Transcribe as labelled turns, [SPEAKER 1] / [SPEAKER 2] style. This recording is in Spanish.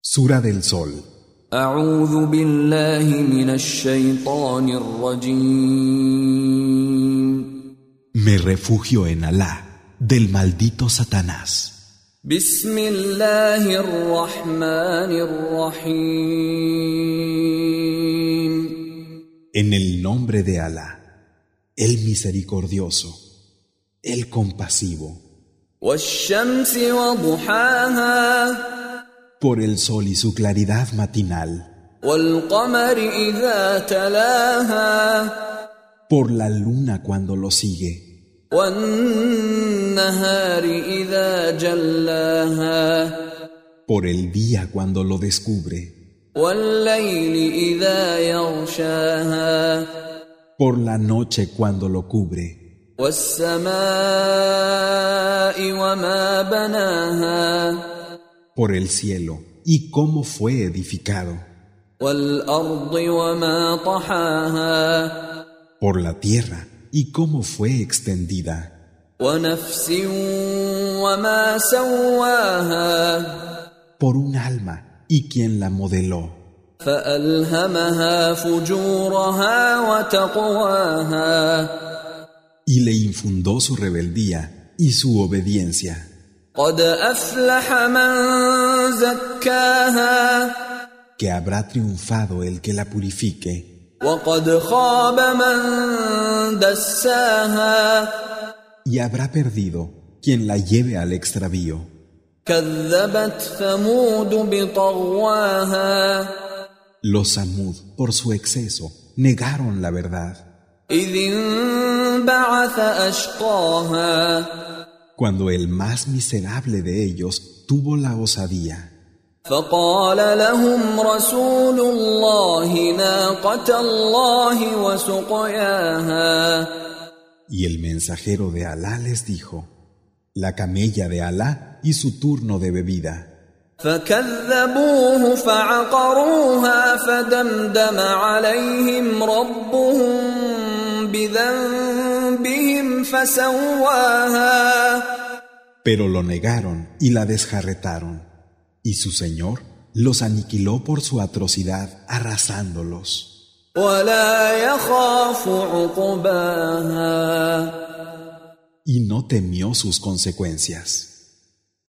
[SPEAKER 1] Sura del Sol.
[SPEAKER 2] أعوذ بالله من الشيطان الرجيم
[SPEAKER 1] Me refugio en Alá, del maldito Satanás.
[SPEAKER 2] بسم الله الرحمن الرحيم
[SPEAKER 1] En el nombre de Alá, el misericordioso, el compasivo,
[SPEAKER 2] والشمس وضحاها
[SPEAKER 1] por el sol y su claridad matinal,
[SPEAKER 2] والقمر إذا تلاها
[SPEAKER 1] por la luna cuando lo sigue,
[SPEAKER 2] والنهار إذا جلاها
[SPEAKER 1] por el día cuando lo descubre,
[SPEAKER 2] والليل إذا يغشاها
[SPEAKER 1] por la noche cuando lo cubre,
[SPEAKER 2] والسماء وما بناها
[SPEAKER 1] por el cielo y cómo fue edificado,
[SPEAKER 2] والأرض وما طحاها
[SPEAKER 1] por la tierra y cómo fue extendida.
[SPEAKER 2] ونفس وما سواها
[SPEAKER 1] por un alma y quien la modeló,
[SPEAKER 2] فألهمها فجورها وتقواها
[SPEAKER 1] y le infundó su rebeldía y su obediencia,
[SPEAKER 2] قد أفلح من زكاها
[SPEAKER 1] que habrá triunfado el que la purifique,
[SPEAKER 2] وقد خاب من دساها
[SPEAKER 1] y habrá perdido quien la lleve al extravío,
[SPEAKER 2] كذبت ثمود بطغواها
[SPEAKER 1] los Samud, por su exceso, negaron la verdad,
[SPEAKER 2] إذ انبعث أشقاها
[SPEAKER 1] cuando el más miserable de ellos tuvo la osadía,
[SPEAKER 2] فقال لهم رسول الله ناقة الله وسقياها
[SPEAKER 1] y el mensajero de Alá les dijo, la camella de Alá y su turno de bebida.
[SPEAKER 2] فكذبوه فعقروها فدمدم عليهم ربهم بذنبهم فسواها
[SPEAKER 1] Pero lo negaron y la desjarretaron, y su Señor los aniquiló por su atrocidad, arrasándolos.
[SPEAKER 2] ولا يخاف عقباها
[SPEAKER 1] Y no temió sus consecuencias.